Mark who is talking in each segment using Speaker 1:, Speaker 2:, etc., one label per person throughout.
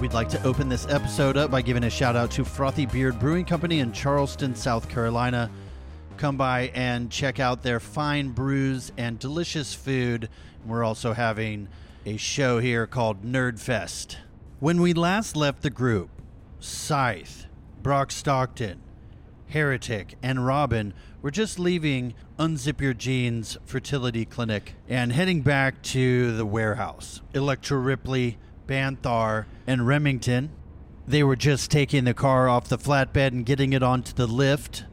Speaker 1: We'd like to open this episode up by giving a shout out to Frothy Beard Brewing Company in Charleston, South Carolina. Come by and check out their fine brews and delicious food. We're also having a show here called Nerd Fest. When we last left the group, Scythe, Brock Stockton, Heretic, and Robin were just leaving Unzip Your Jeans Fertility Clinic and heading back to the warehouse. Electra Ripley, Banthar, and Remington. They were just taking the car off the flatbed and getting it onto the lift.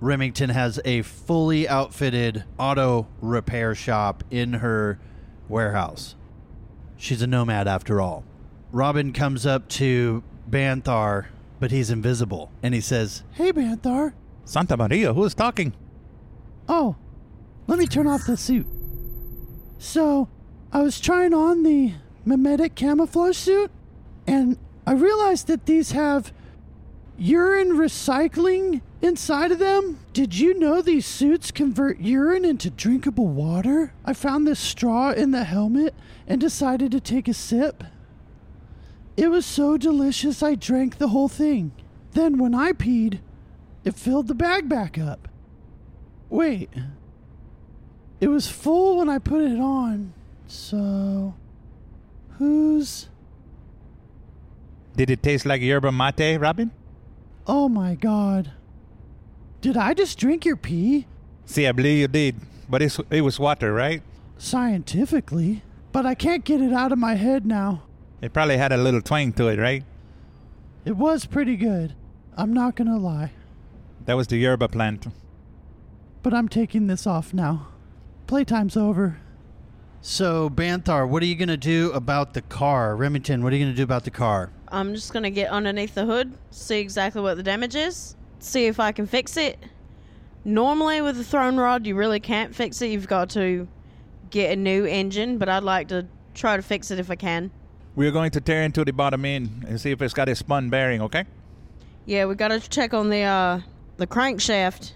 Speaker 1: Remington has a fully outfitted auto repair shop in her warehouse. She's a nomad after all. Robin comes up to Banthar, but he's invisible, and he says, Hey, Banthar.
Speaker 2: Santa Maria, who is talking?
Speaker 1: Oh, let me turn off the suit. So, I was trying on the mimetic camouflage suit, and I realized that these have urine recycling inside of them. Did you know these suits convert urine into drinkable water? I found this straw in the helmet and decided to take a sip. It was so delicious, I drank the whole thing. Then, when I peed, it filled the bag back up. Wait. It was full when I put it on, so. Who's.
Speaker 2: Did it taste like yerba mate, Robin?
Speaker 1: Oh my god. Did I just drink your pee?
Speaker 2: See, I believe you did, but it's, it was water, right?
Speaker 1: Scientifically. But I can't get it out of my head now.
Speaker 2: It probably had a little twang to it, right?
Speaker 1: It was pretty good. I'm not gonna lie.
Speaker 2: That was the yerba plant.
Speaker 1: But I'm taking this off now. Playtime's over. So, Banthar, what are you gonna do about the car? Remington, what are you gonna do about the car?
Speaker 3: I'm just gonna get underneath the hood, see exactly what the damage is, see if I can fix it. Normally, with a thrown rod, you really can't fix it. You've got to get a new engine, but I'd like to try to fix it if I can.
Speaker 2: We're going to tear into the bottom end and see if it's got a spun bearing, okay?
Speaker 3: Yeah, we got to check on the uh, the crankshaft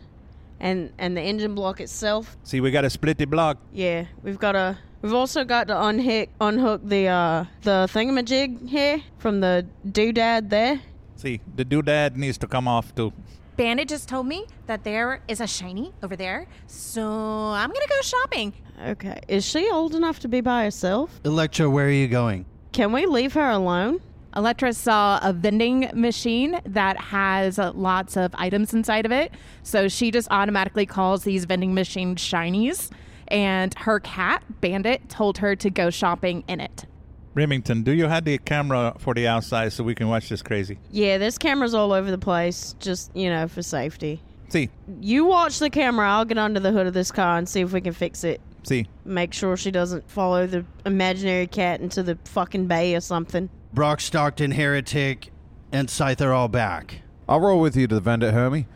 Speaker 3: and and the engine block itself.
Speaker 2: See, we got to split the block.
Speaker 3: Yeah, we've got to. We've also got to unhook unhook the uh, the thingamajig here from the doodad there.
Speaker 2: See, the doodad needs to come off too.
Speaker 4: Bandit just told me that there is a shiny over there, so I'm gonna go shopping.
Speaker 3: Okay, is she old enough to be by herself?
Speaker 1: Electra, where are you going?
Speaker 3: Can we leave her alone?
Speaker 5: Electra saw a vending machine that has uh, lots of items inside of it. So she just automatically calls these vending machines shinies. And her cat, Bandit, told her to go shopping in it.
Speaker 2: Remington, do you have the camera for the outside so we can watch this crazy?
Speaker 3: Yeah, there's cameras all over the place, just you know, for safety.
Speaker 2: See,
Speaker 3: You watch the camera. I'll get under the hood of this car and see if we can fix it.
Speaker 2: see,
Speaker 3: Make sure she doesn't follow the imaginary cat into the fucking bay or something.
Speaker 1: Brock Stockton, Heretic, and Scythe are all back.
Speaker 6: I'll roll with you to the vendor, Hermie.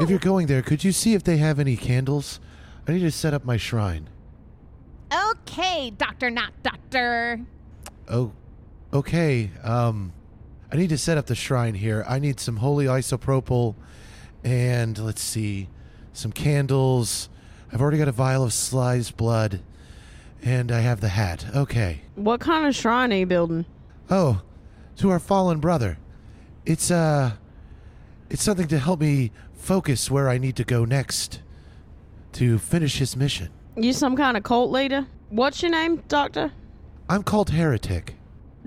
Speaker 6: If you're going there, could you see if they have any candles? I need to set up my shrine.
Speaker 4: Okay, Doctor, not Doctor.
Speaker 6: Oh, okay. Um, I need to set up the shrine here. I need some holy isopropyl, and let's see, some candles. I've already got a vial of Sly's blood, and I have the hat. Okay.
Speaker 3: What kind of shrine are you building?
Speaker 6: Oh, to our fallen brother. It's uh it's something to help me focus where I need to go next to finish his mission.
Speaker 3: You some kind of cult leader? What's your name, Doctor?
Speaker 6: I'm called heretic.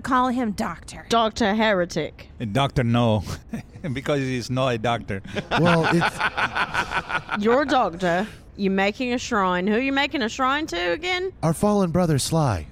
Speaker 4: Call him Doctor.
Speaker 3: Doctor Heretic.
Speaker 2: a doctor no, because he's not a doctor.
Speaker 6: Well, it's
Speaker 3: You're a doctor. You're making a shrine. Who you making a shrine to again?
Speaker 6: our fallen brother Sly.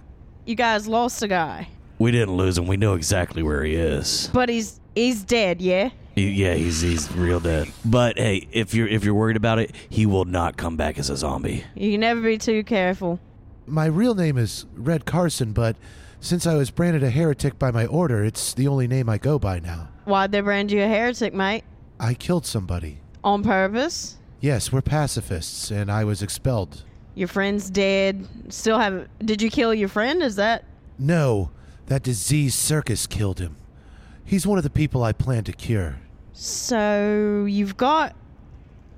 Speaker 3: You guys lost a guy,
Speaker 7: We didn't lose him. We know exactly where he is.
Speaker 3: but he's he's dead. Yeah.
Speaker 7: He- yeah, he's he's real dead. But hey, if you're if you're worried about it, he will not come back as a zombie.
Speaker 3: You can never be too careful.
Speaker 6: My real name is Red Carson, but since I was branded a heretic by my order, it's the only name I go by now.
Speaker 3: Why'd they brand you a heretic, mate?
Speaker 6: I killed somebody.
Speaker 3: On purpose?
Speaker 6: Yes, we're pacifists, and I was expelled.
Speaker 3: Your friend's dead. Still haven't. Did you kill your friend? Is that.
Speaker 6: No, that disease circus killed him. He's one of the people I plan to cure.
Speaker 3: So you've got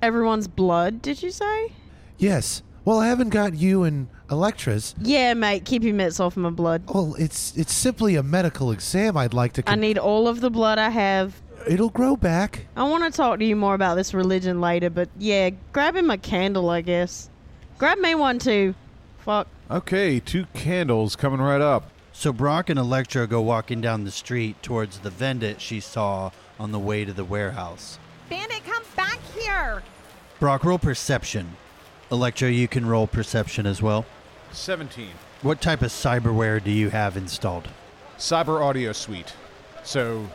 Speaker 3: everyone's blood, did you say?
Speaker 6: Yes, Well, I haven't got you and Electra's.
Speaker 3: Yeah, mate, keep your mitts off my blood.
Speaker 6: Well, it's it's simply a medical exam. I'd like to.
Speaker 3: I
Speaker 6: Con-
Speaker 3: need all of the blood I have.
Speaker 6: It'll grow back.
Speaker 3: I want to talk to you more about this religion later, but yeah, grab him a candle, I guess. Grab me one too. Fuck.
Speaker 8: Okay, two candles coming right up.
Speaker 1: So Brock and Electra go walking down the street towards the vendit she saw on the way to the warehouse.
Speaker 4: Bandit, come back here.
Speaker 1: Brock, roll perception. Electra, you can roll perception as well.
Speaker 8: 17.
Speaker 1: What type of cyberware do you have installed?
Speaker 8: Cyber Audio Suite. So,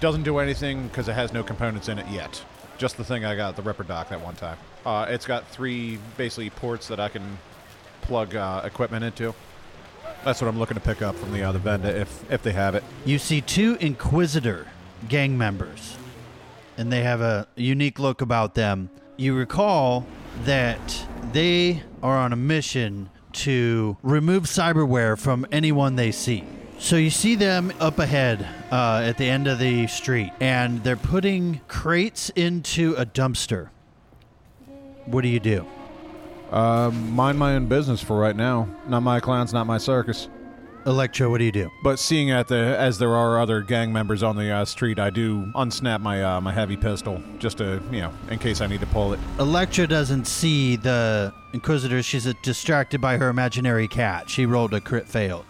Speaker 8: doesn't do anything because it has no components in it yet. Just the thing I got at the Ripper Dock that one time. Uh, it's got three basically ports that I can plug uh, equipment into. That's what I'm looking to pick up from the other vendor if if they have it.
Speaker 1: You see two Inquisitor gang members, and they have a unique look about them. You recall that they are on a mission to remove cyberware from anyone they see. So you see them up ahead uh, at the end of the street, and they're putting crates into a dumpster. What do you do?
Speaker 8: Mind my own business for right now. Not my clowns, not my circus.
Speaker 1: Electro, what do you do?
Speaker 8: But seeing at the as there are other gang members on the uh, street, I do unsnap my uh, my heavy pistol just to you know in case I need to pull it.
Speaker 1: Electra doesn't see the Inquisitor. She's uh, distracted by her imaginary cat. She rolled a crit fail.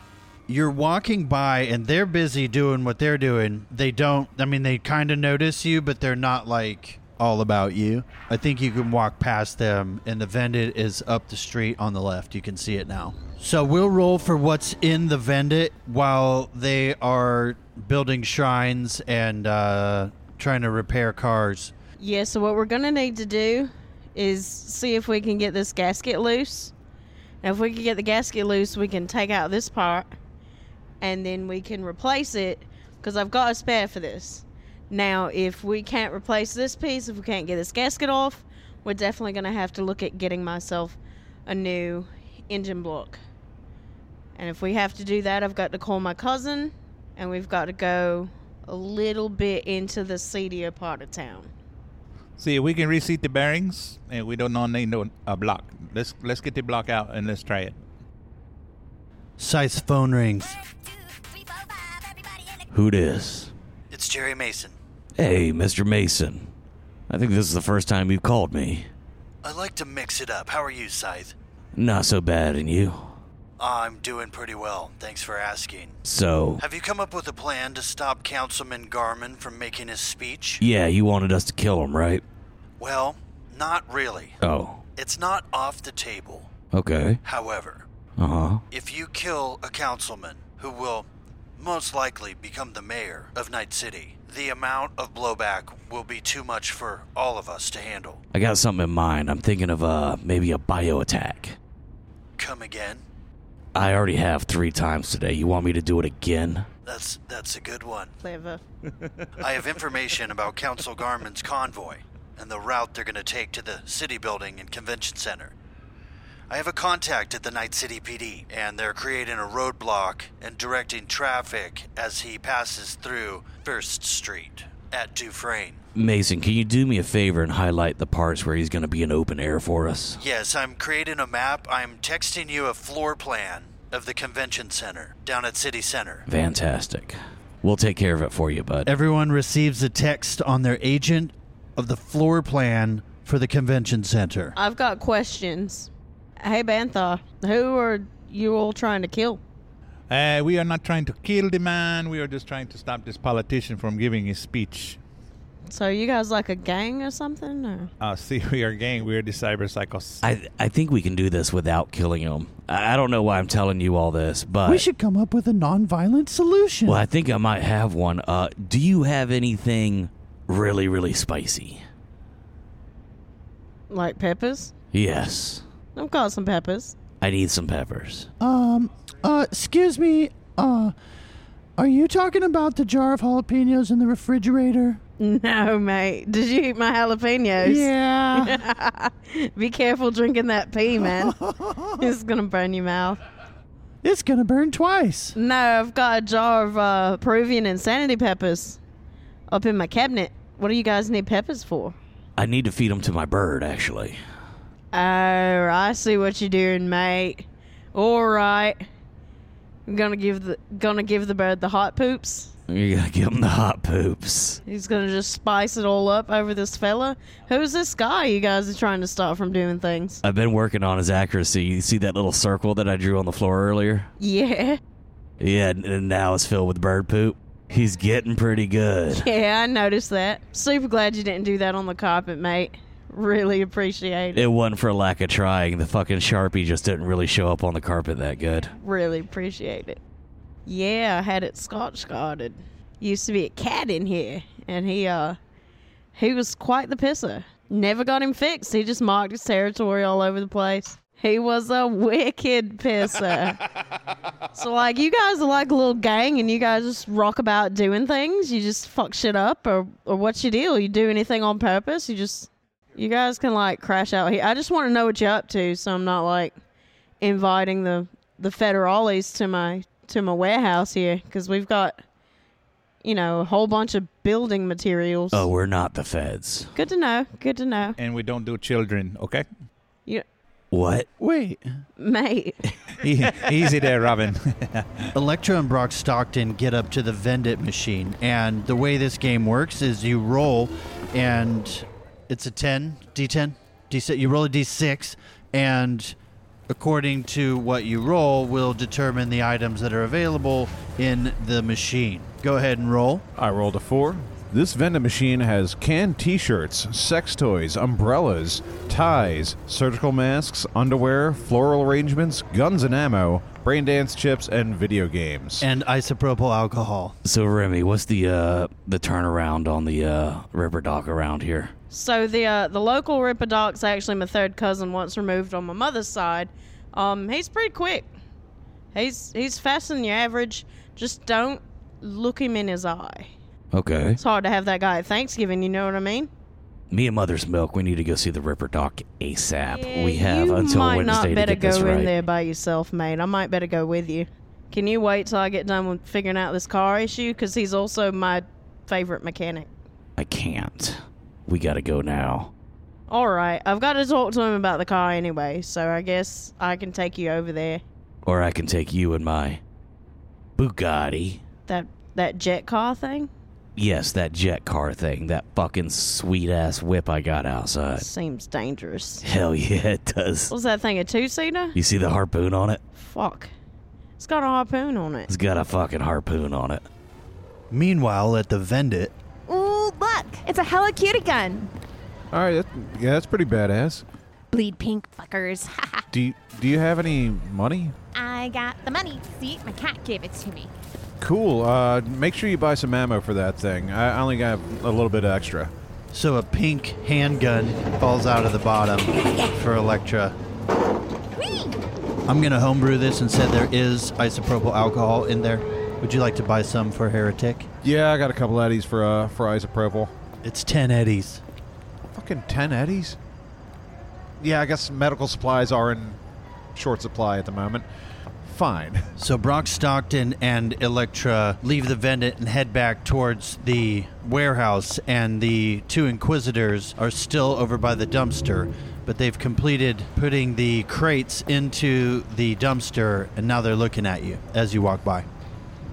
Speaker 1: You're walking by and they're busy doing what they're doing. They don't, I mean, they kind of notice you, but they're not like all about you. I think you can walk past them, and the vendit is up the street on the left. You can see it now. So we'll roll for what's in the vendit while they are building shrines and uh, trying to repair cars.
Speaker 3: Yeah, so what we're gonna need to do is see if we can get this gasket loose. And if we can get the gasket loose, we can take out this part, and then we can replace it because I've got a spare for this. Now, if we can't replace this piece, if we can't get this gasket off, we're definitely gonna have to look at getting myself a new engine block. And if we have to do that, I've got to call my cousin, and we've got to go a little bit into the seedier part of town.
Speaker 2: See, if we can reseat the bearings, and we don't need no a block. Let's let's get the block out and let's try it.
Speaker 1: Scythe's phone rings.
Speaker 7: Who dis?
Speaker 1: It's Jerry Mason.
Speaker 7: Hey, Mr. Mason. I think this is the first time you've called me.
Speaker 1: I like to mix it up. How are you, Scythe?
Speaker 7: Not so bad, and you?
Speaker 1: I'm doing pretty well. Thanks for asking.
Speaker 7: So,
Speaker 1: Have you come up with a plan to stop Councilman Garman from making his speech?
Speaker 7: yeah, you wanted us to kill him, right?
Speaker 1: Well, not really.
Speaker 7: Oh,
Speaker 1: It's not off the table.
Speaker 7: okay.
Speaker 1: However,
Speaker 7: Uh huh.
Speaker 1: if you kill a councilman who will most likely become the mayor of Night City, the amount of blowback will be too much for all of us to handle.
Speaker 7: I got something in mind. I'm thinking of uh maybe a bio attack.
Speaker 1: Come again?
Speaker 7: I already have three times today. You want me to do it again?
Speaker 1: That's that's a good one.
Speaker 3: Clever.
Speaker 1: I have information about Council Garman's convoy and the route they're going to take to the city building and convention center. I have a contact at the Night City PD, and they're creating a roadblock and directing traffic as he passes through First Street at Dufresne.
Speaker 7: Mason, can you do me a favor and highlight the parts where he's going to be in open air for us?
Speaker 1: Yes, I'm creating a map. I'm texting you a floor plan of the convention center down at City Center.
Speaker 7: Fantastic. We'll take care of it for you, bud.
Speaker 1: Everyone receives a text on their agent of the floor plan for the convention center.
Speaker 3: I've got questions. Hey, Bantha, who are you all trying to kill?
Speaker 2: Uh, we are not trying to kill the man. We are just trying to stop this politician from giving his speech.
Speaker 3: So you guys like a gang or something? Or?
Speaker 2: Uh, see, we are gang. We are the cyber psychos.
Speaker 7: I I think we can do this without killing him. I, I don't know why I'm telling you all this, but
Speaker 1: We should come up with a non-violent solution.
Speaker 7: well, I think I might have one. Uh, do you have anything really really spicy?
Speaker 3: Like peppers?
Speaker 7: Yes,
Speaker 3: I've got some peppers.
Speaker 7: I need some peppers.
Speaker 1: Um, uh, excuse me, uh, are you talking about the jar of jalapenos in the refrigerator?
Speaker 3: No, mate. Did you eat my jalapenos?
Speaker 1: Yeah.
Speaker 3: Be careful drinking that pee, man. it's going to burn your mouth.
Speaker 1: it's gonna burn twice.
Speaker 3: No, I've got a jar of uh, Peruvian insanity peppers up in my cabinet. What do you guys need peppers for?
Speaker 7: I need to feed them to my bird. Actually,
Speaker 3: Oh, I see what you're doing, mate. All right. I'm gonna give the gonna give the bird the hot poops.
Speaker 7: You gotta give him the hot poops.
Speaker 3: He's gonna just spice it all up over this fella. Who's this guy you guys are trying to stop from doing things?
Speaker 7: I've been working on his accuracy. You see that little circle that I drew on the floor earlier?
Speaker 3: Yeah,
Speaker 7: Yeah, and- and now it's filled with bird poop. He's getting pretty good.
Speaker 3: yeah, I noticed that. Super glad you didn't do that on the carpet, mate. Really appreciate it.
Speaker 7: It wasn't for lack of trying. The fucking Sharpie just didn't really show up on the carpet that good.
Speaker 3: Really appreciate it. Yeah, I had it scotch guarded. Used to be a cat in here, and he uh he was quite the pisser. Never got him fixed. He just marked his territory all over the place. He was a wicked pisser. so like you guys are like a little gang and you guys just rock about doing things. You just fuck shit up or or what's your deal? You do anything on purpose? You just you guys can like crash out here. I just want to know what you're up to so I'm not like inviting the the federales to my to my warehouse here because we've got you know a whole bunch of building materials.
Speaker 7: Oh, we're not the feds.
Speaker 3: good to know. Good to know.
Speaker 2: And we don't do children, okay?
Speaker 3: You,
Speaker 7: What?
Speaker 2: Wait.
Speaker 3: mate,
Speaker 2: E, Easy there, Robin.
Speaker 1: Electra and Brock Stockton get up to the Vendit machine, and the way this game works is you roll, and it's a 10, D10, D6. You roll a D6, and according to what you roll, will determine the items that are available in the machine. Go ahead and roll.
Speaker 8: I rolled a four. This vending machine has canned t shirts, sex toys, umbrellas, ties, surgical masks, underwear, floral arrangements, guns and ammo, brain dance chips, and video games.
Speaker 1: And isopropyl alcohol.
Speaker 7: So Remy, what's the uh the turnaround on the uh river dock around here?
Speaker 3: so the uh, the local Ripper Doc's actually my third cousin once removed on my mother's side. Um, he's pretty quick. He's he's faster than your average. Just don't look him in his eye.
Speaker 7: Okay.
Speaker 3: It's hard to have that guy at Thanksgiving. You know what I mean?
Speaker 7: Me and Mother's Milk, we need to go see the Ripper Dock ASAP.
Speaker 3: Yeah,
Speaker 7: we have
Speaker 3: you
Speaker 7: until
Speaker 3: might
Speaker 7: Wednesday
Speaker 3: not better
Speaker 7: to get this
Speaker 3: go
Speaker 7: right.
Speaker 3: in there by yourself, mate. I might better go with you. Can you wait till I get done with figuring out this car issue? Because he's also my favorite mechanic.
Speaker 7: I can't. We gotta go now.
Speaker 3: All right, I've got to talk to him about the car anyway, so I guess I can take you over there.
Speaker 7: Or I can take you and my Bugatti.
Speaker 3: That that jet car thing
Speaker 7: Yes, that jet car thing, that fucking sweet ass whip I got outside.
Speaker 3: seems dangerous.
Speaker 7: Hell yeah, it does.
Speaker 3: What's that thing? A two seater?
Speaker 7: You see the harpoon on it?
Speaker 3: Fuck, it's got a harpoon on it.
Speaker 7: It's got a fucking harpoon on it.
Speaker 1: Meanwhile, at the Vendit,
Speaker 4: Ooh, look!
Speaker 5: It's a helicutie gun.
Speaker 8: All right, that, yeah, that's pretty badass.
Speaker 4: Bleed pink fuckers.
Speaker 8: Do you, do you have any money?
Speaker 4: I got the money. See, my cat gave it to me.
Speaker 8: Cool. Uh, make sure you buy some ammo for that thing. I only got a little bit extra.
Speaker 1: so a pink handgun falls out of the bottom for Electra.
Speaker 4: Whee!
Speaker 1: I'm gonna homebrew this and said there is isopropyl alcohol in there. Would you like to buy some for Heretic?
Speaker 8: Yeah, I got a couple eddies for uh, for isopropyl.
Speaker 1: It's ten eddies.
Speaker 8: Fucking ten eddies. Yeah, I guess medical supplies are in short supply at the moment. Fine.
Speaker 1: So Brock Stockton and Electra leave the vendant and head back towards the warehouse, and the two inquisitors are still over by the dumpster, but they've completed putting the crates into the dumpster, and now they're looking at you as you walk by.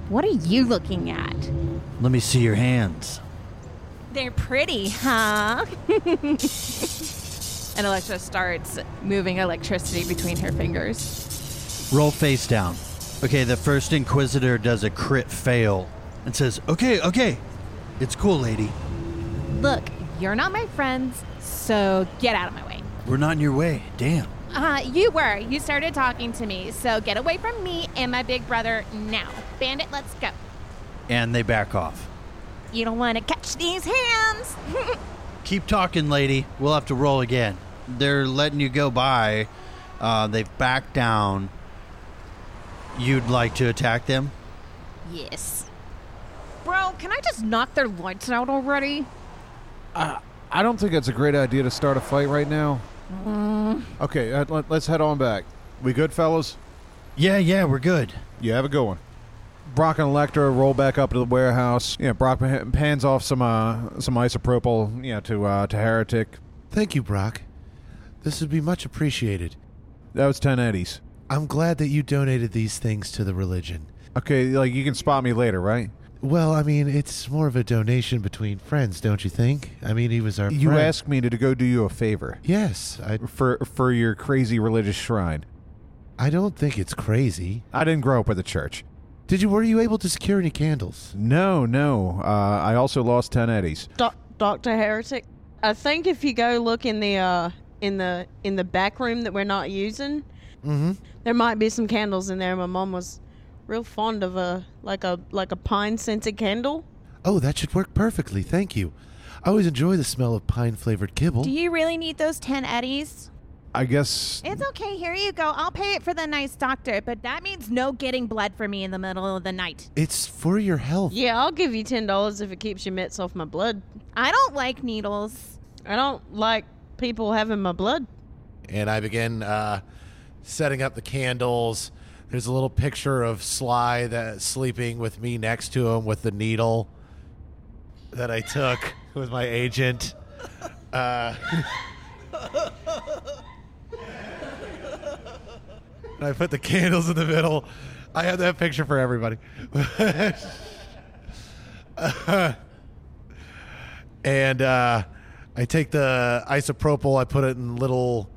Speaker 4: What are you looking at?
Speaker 1: Let me see your hands.
Speaker 4: They're pretty, huh?
Speaker 5: And Electra starts moving electricity between her fingers.
Speaker 1: Roll face down. Okay, the first Inquisitor does a crit fail and says, Okay, okay, it's cool, lady.
Speaker 4: Look, you're not my friends, so get out of my way.
Speaker 1: We're not in your way. Damn.
Speaker 4: Uh, you were. You started talking to me, so get away from me and my big brother now. Bandit, let's go.
Speaker 1: And they back off.
Speaker 4: You don't want to catch these hands.
Speaker 1: Keep talking, lady. We'll have to roll again. They're letting you go by. Uh, they've backed down. You'd like to attack them?
Speaker 4: yes. Bro, can I just knock their lights out already?
Speaker 8: I don't think it's a great idea to start a fight right now. Okay, uh, let, let's head on back. We good, fellas?
Speaker 1: Yeah, yeah, we're good.
Speaker 8: You have a good one. Brock and Electra roll back up to the warehouse. Yeah, Brock pa- pans off some uh, some isopropyl, you know, to uh, to Heretic.
Speaker 6: Thank you, Brock. This would be much appreciated.
Speaker 8: That was 10 eddies.
Speaker 6: I'm glad that you donated these things to the religion.
Speaker 8: Okay, like you can spot me later, right?
Speaker 6: Well, I mean, it's more of a donation between friends, don't you think? I mean, he was our
Speaker 8: You
Speaker 6: friend.
Speaker 8: asked me to, to go do you a favor
Speaker 6: Yes, I,
Speaker 8: for for your crazy religious shrine.
Speaker 6: I don't think it's crazy.
Speaker 8: I didn't grow up with a church.
Speaker 6: Did you? Were you able to secure any candles?
Speaker 8: No, no. Uh, I also lost 10 eddies.
Speaker 3: Doc- Doctor Heretic. I think if you go look in the uh, in the in the back room that we're not using,
Speaker 6: Mm-hmm.
Speaker 3: there might be some candles in there. My mom was real fond of a like a like a pine scented candle.
Speaker 6: Oh, that should work perfectly. Thank you. I always enjoy the smell of pine flavored kibble.
Speaker 4: Do you really need those 10 eddies?
Speaker 8: I guess
Speaker 4: It's okay. Here you go. I'll pay it for the nice doctor, but that means no getting blood for me in the middle of the night.
Speaker 6: it's for your health.
Speaker 3: Yeah, I'll give you ten dollars if it keeps your mitts off my blood.
Speaker 4: I don't like needles.
Speaker 3: I don't like people having my blood.
Speaker 6: and I begin uh, setting up the candles. There's a little picture of Sly that sleeping with me next to him with the needle that I took with my agent. Uh, and I put the candles in the middle. I have that picture for everybody. and uh, I take the isopropyl, I put it in little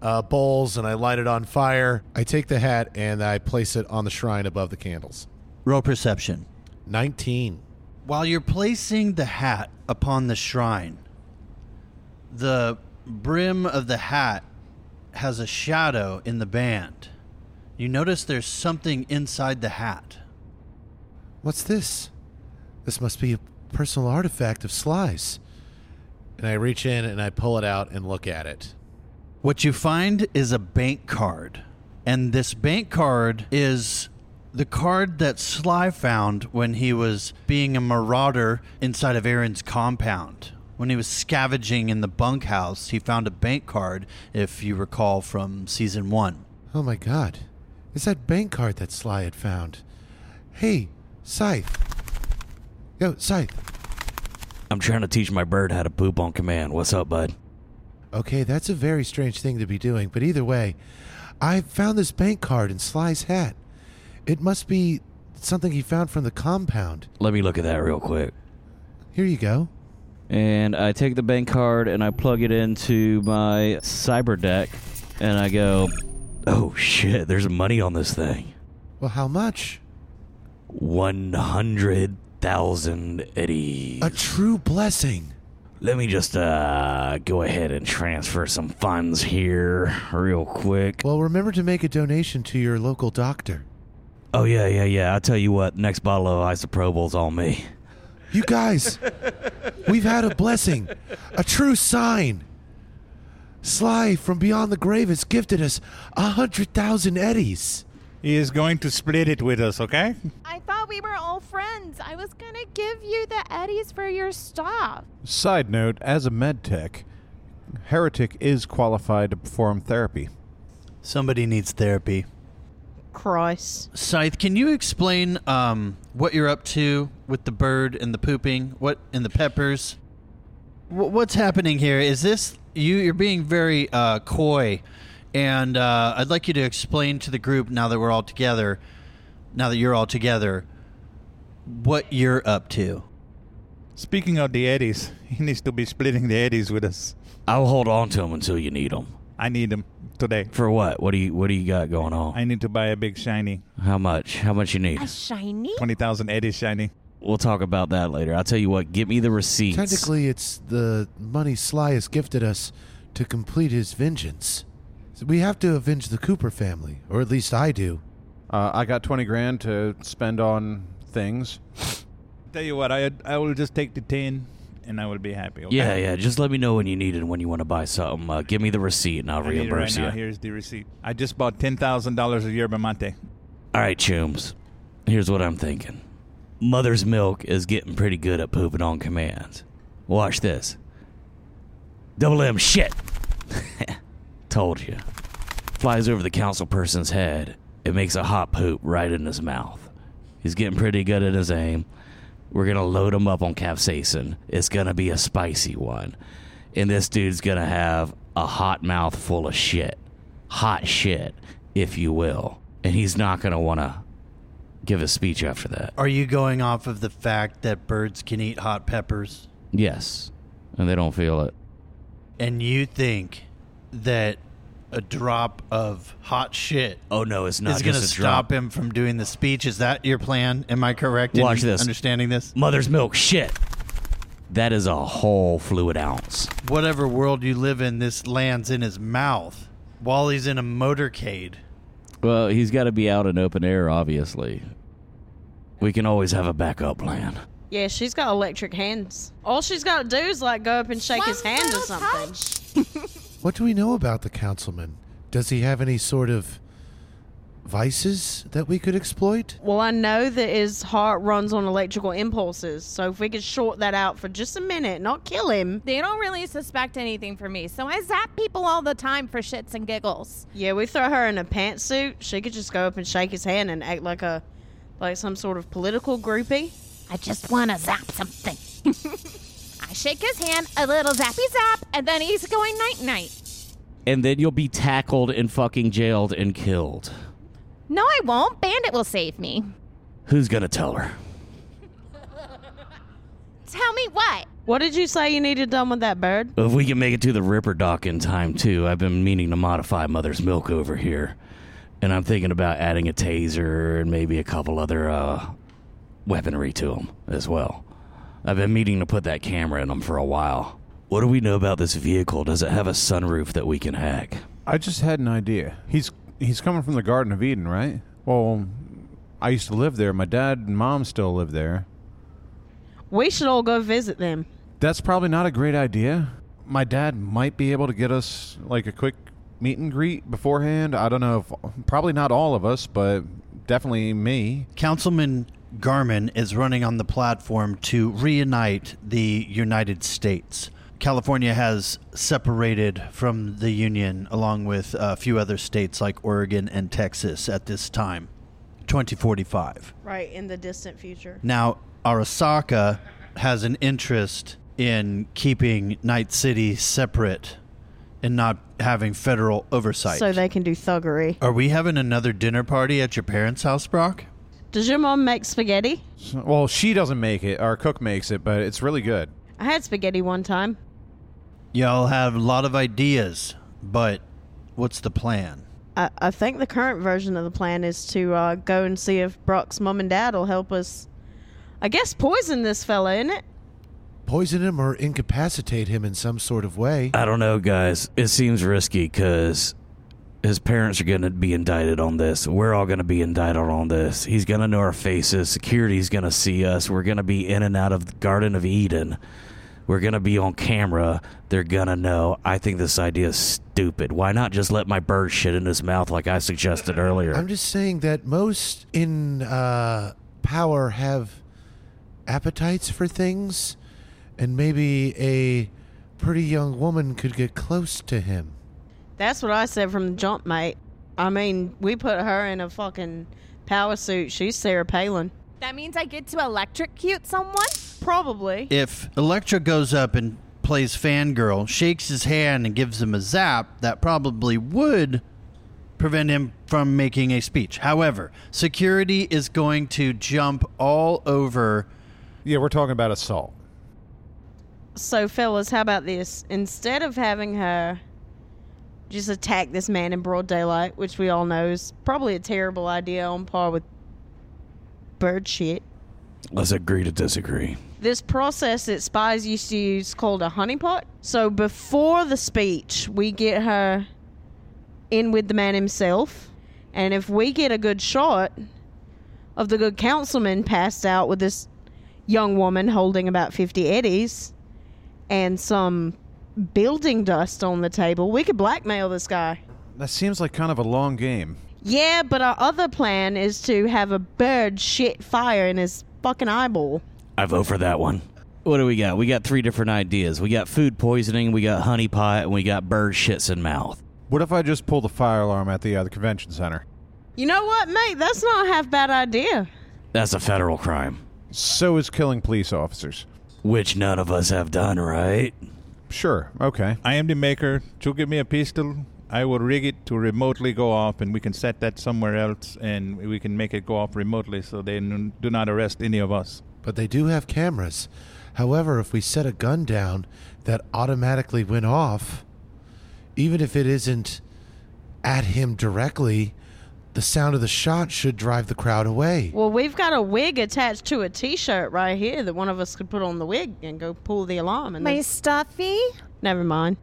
Speaker 6: uh, bowls, and I light it on fire. I take the hat and I place it on the shrine above the candles.
Speaker 1: Roll perception.
Speaker 6: 19.
Speaker 1: While you're placing the hat upon the shrine, the brim of the hat has a shadow in the band. You notice there's something inside the hat.
Speaker 6: What's this? This must be a personal artifact of Sly's. And I reach in and I pull it out and look at it.
Speaker 1: What you find is a bank card. And this bank card is the card that Sly found when he was being a marauder inside of Aaron's compound. When he was scavenging in the bunkhouse, he found a bank card, if you recall from season one.
Speaker 6: Oh my god. It's that bank card that Sly had found. Hey, Scythe. Yo, Scythe.
Speaker 7: I'm trying to teach my bird how to poop on command. What's up, bud?
Speaker 6: Okay, that's a very strange thing to be doing, but either way, I found this bank card in Sly's hat. It must be something he found from the compound.
Speaker 7: Let me look at that real quick.
Speaker 6: Here you go.
Speaker 9: And I take the bank card and I plug it into my cyber deck and I go,
Speaker 7: Oh shit, there's money on this thing.
Speaker 6: Well, how much?
Speaker 7: 100,000 eddies.
Speaker 6: A true blessing.
Speaker 7: Let me just uh go ahead and transfer some funds here real quick.
Speaker 6: Well, remember to make a donation to your local doctor.
Speaker 7: Oh yeah, yeah, yeah. I'll tell you what, next bottle of isopropyl's on me.
Speaker 6: You guys, we've had a blessing, a true sign. Sly from beyond the grave has gifted us a hundred thousand eddies.
Speaker 2: He is going to split it with us, okay?
Speaker 4: I thought we were all friends. I was going to give you the eddies for your stuff.
Speaker 8: Side note, as a med tech, Heretic is qualified to perform therapy.
Speaker 1: Somebody needs therapy.
Speaker 3: Christ.
Speaker 1: Scythe, can you explain um, what you're up to with the bird and the pooping? What and the peppers? Wh- what's happening here? Is this you? You're being very uh, coy, and uh, I'd like you to explain to the group now that we're all together, now that you're all together, what you're up to.
Speaker 2: Speaking of the eddies, he needs to be splitting the eddies with us.
Speaker 7: I'll hold on to them until you need them.
Speaker 2: I need them today.
Speaker 7: For what? What do you What do you got going on?
Speaker 2: I need to buy a big shiny.
Speaker 7: How much? How much you need?
Speaker 4: A shiny?
Speaker 2: 20,000 eddies shiny.
Speaker 7: We'll talk about that later. I'll tell you what. Get me the receipts.
Speaker 6: Technically, it's the money Sly has gifted us to complete his vengeance. So we have to avenge the Cooper family, or at least I do.
Speaker 8: Uh, I got 20 grand to spend on things.
Speaker 2: Tell you what, I I will just take the 10 and I will be happy. Okay?
Speaker 7: Yeah, yeah. Just let me know when you need it and when you want to buy something. Uh, give me the receipt and I'll
Speaker 2: I need it right
Speaker 7: reimburse
Speaker 2: now.
Speaker 7: you.
Speaker 2: Here's the receipt. I just bought $10,000 of yerba mate.
Speaker 7: All right, Chooms. Here's what I'm thinking. Mother's milk is getting pretty good at pooping on command. Watch this. Double M shit. Told you. Flies over the council person's head. It makes a hot poop right in his mouth. He's getting pretty good at his aim. We're gonna load him up on capsaicin. It's gonna be a spicy one, and this dude's gonna have a hot mouth full of shit. Hot shit, if you will. And he's not going to want to give a speech after that.
Speaker 1: Are you going off of the fact that birds can eat hot peppers?
Speaker 7: Yes. And they don't feel it.
Speaker 1: And you think that a drop of hot shit
Speaker 7: Oh, no, it's not
Speaker 1: is going
Speaker 7: just
Speaker 1: to
Speaker 7: a
Speaker 1: stop
Speaker 7: drop.
Speaker 1: him from doing the speech? Is that your plan? Am I correct in
Speaker 7: Watch this.
Speaker 1: understanding this?
Speaker 7: Mother's milk shit. That is a whole fluid ounce.
Speaker 1: Whatever world you live in, this lands in his mouth while he's in a motorcade.
Speaker 7: Well, he's got to be out in open air, obviously. We can always have a backup plan.
Speaker 3: Yeah, she's got electric hands. All she's got to do is like go up and shake his hand or something.
Speaker 6: What do we know about the councilman? Does he have any sort of vices that we could exploit?
Speaker 3: Well, I know that his heart runs on electrical impulses, so if we could short that out for just a minute, not kill him.
Speaker 4: They don't really suspect anything from me, so I zap people all the time for shits and giggles.
Speaker 3: Yeah, we throw her in a pantsuit. She could just go up and shake his hand and act like a, like some sort of political groupie.
Speaker 4: I just want to zap something. I shake his hand, a little zappy zap, and then he's going night night.
Speaker 7: And then you'll be tackled and fucking jailed and killed.
Speaker 4: No, I won't. Bandit will save me.
Speaker 7: Who's going to tell her?
Speaker 4: Tell me what?
Speaker 3: What did you say you needed done with that bird?
Speaker 7: If we can make it to the Ripper dock in time, too, I've been meaning to modify Mother's Milk over here. And I'm thinking about adding a taser and maybe a couple other uh, weaponry to them as well. I've been meaning to put that camera in them for a while. What do we know about this vehicle? Does it have a sunroof that we can hack?
Speaker 10: I just had an idea. He's he's coming from the Garden of Eden, right? Well, I used to live there. My dad and mom still live there.
Speaker 3: We should all go visit them.
Speaker 10: That's probably not a great idea. My dad might be able to get us like a quick meet and greet beforehand. I don't know if probably not all of us, but definitely me.
Speaker 1: Councilman Garmin is running on the platform to reunite the United States. California has separated from the Union along with a few other states like Oregon and Texas at this time, 2045.
Speaker 3: Right in the distant future.
Speaker 1: Now, Arasaka has an interest in keeping Night City separate and not having federal oversight.
Speaker 3: So they can do thuggery.
Speaker 1: Are we having another dinner party at your parents' house, Brock?
Speaker 3: Does your mom make spaghetti?
Speaker 10: So-
Speaker 8: Well, she doesn't make it. Our cook makes it, but it's really good.
Speaker 3: I had spaghetti one time.
Speaker 1: Y'all have a lot of ideas, but what's the plan?
Speaker 3: I, I think the current version of the plan is to uh, go and see if Brock's mom and dad will help us. I guess poison this fella, innit?
Speaker 6: Poison him or incapacitate him in some sort of way?
Speaker 7: I don't know, guys. It seems risky because his parents are going to be indicted on this. We're all going to be indicted on this. He's going to know our faces. Security's going to see us. We're going to be in and out of the Garden of Eden. We're going to be on camera. They're going to know. I think this idea is stupid. Why not just let my bird shit in his mouth like I suggested earlier?
Speaker 6: I'm just saying that most in uh, power have appetites for things, and maybe a pretty young woman could get close to him.
Speaker 3: That's what I said from the jump, mate. I mean, we put her in a fucking power suit. She's Sarah Palin.
Speaker 4: That means I get to electrocute someone?
Speaker 3: Probably.
Speaker 1: If Electra goes up and plays fangirl, shakes his hand, and gives him a zap, that probably would prevent him from making a speech. However, security is going to jump all over.
Speaker 8: Yeah, we're talking about assault.
Speaker 3: So, fellas, how about this? Instead of having her just attack this man in broad daylight, which we all know is probably a terrible idea on par with bird shit,
Speaker 7: Let's agree to disagree.
Speaker 3: this process that spies used to use called a honeypot. So, before the speech, we get her in with the man himself. And if we get a good shot of the good councilman passed out with this young woman holding about 50 eddies and some building dust on the table, we could blackmail this guy.
Speaker 10: That seems like kind of a long game.
Speaker 3: Yeah, but our other plan is to have a bird shit fire in his fucking eyeball.
Speaker 7: I vote for that one. What do we got? We got three different ideas. We got food poisoning, we got honey pot, and we got bird shits in mouth.
Speaker 10: What if I just pull the fire alarm at the uh, the convention center?
Speaker 3: You know what, mate? That's not a half bad idea.
Speaker 7: That's a federal crime.
Speaker 10: So is killing police officers.
Speaker 7: Which none of us have done, right?
Speaker 10: Sure. Okay.
Speaker 2: I am the maker. You give me a pistol. I will rig it to remotely go off, and we can set that somewhere else, and we can make it go off remotely so they n- do not arrest any of us.
Speaker 6: But they do have cameras. However, if we set a gun down that automatically went off, even if it isn't at him directly, the sound of the shot should drive the crowd away.
Speaker 3: Well, we've got a wig attached to a T-shirt right here that one of us could put on the wig and go pull the alarm. And
Speaker 11: My
Speaker 3: then-
Speaker 11: stuffy?
Speaker 3: never mind.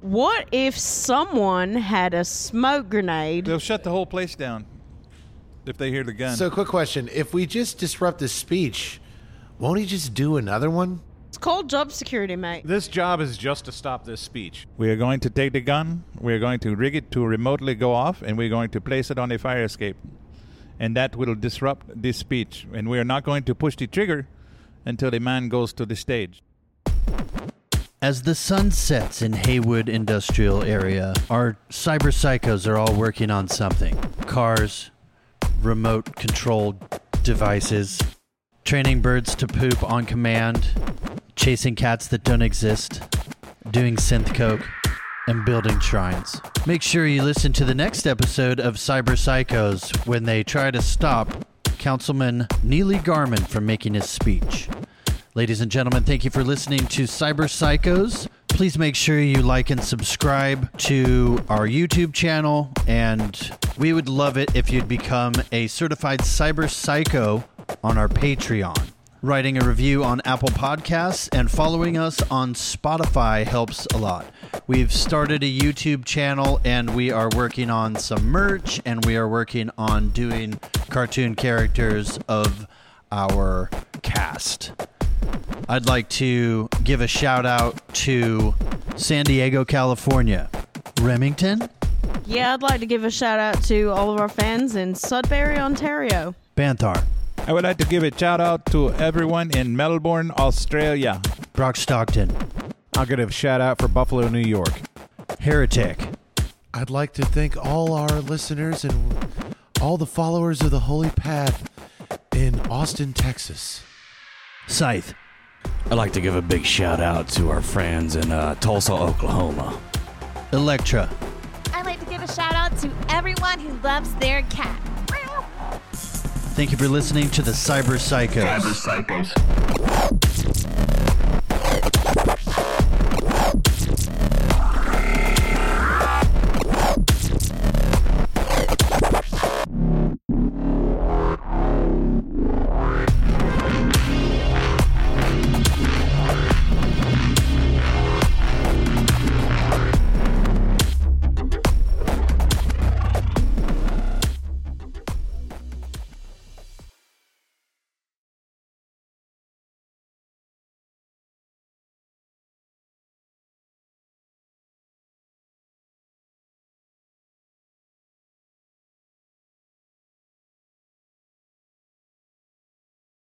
Speaker 3: What if someone had a smoke grenade?
Speaker 2: They'll shut the whole place down if they hear the gun.
Speaker 6: So, quick question if we just disrupt his speech, won't he just do another one?
Speaker 3: It's called job security, mate.
Speaker 8: This job is just to stop this speech.
Speaker 2: we are going to take the gun, we are going to rig it to remotely go off, and we're going to place it on a fire escape. And that will disrupt this speech. And we are not going to push the trigger until the man goes to the stage.
Speaker 1: As the sun sets in Haywood Industrial Area, our cyber psychos are all working on something cars, remote controlled devices, training birds to poop on command, chasing cats that don't exist, doing synth coke, and building shrines. Make sure you listen to the next episode of Cyber Psychos when they try to stop Councilman Neely Garman from making his speech. Ladies and gentlemen, thank you for listening to Cyber Psychos. Please make sure you like and subscribe to our YouTube channel. And we would love it if you'd become a certified Cyber Psycho on our Patreon. Writing a review on Apple Podcasts and following us on Spotify helps a lot. We've started a YouTube channel and we are working on some merch and we are working on doing cartoon characters of our cast. I'd like to give a shout out to San Diego, California, Remington,
Speaker 3: Yeah, I'd like to give a shout out to all of our fans in Sudbury, Ontario.
Speaker 1: Banthar,
Speaker 2: I would like to give a shout out to everyone in Melbourne, Australia.
Speaker 1: Brock Stockton,
Speaker 10: I'll give a shout out for Buffalo, New York.
Speaker 1: Heretic,
Speaker 6: I'd like to thank all our listeners and all the followers of the Holy Path in Austin, Texas.
Speaker 1: Scythe,
Speaker 7: I'd like to give a big shout out to our friends in uh, Tulsa, Oklahoma.
Speaker 1: Electra,
Speaker 4: I'd like to give a shout out to everyone who loves their cat.
Speaker 1: Thank you for listening to the Cyber Psychos. Cyber Psychos.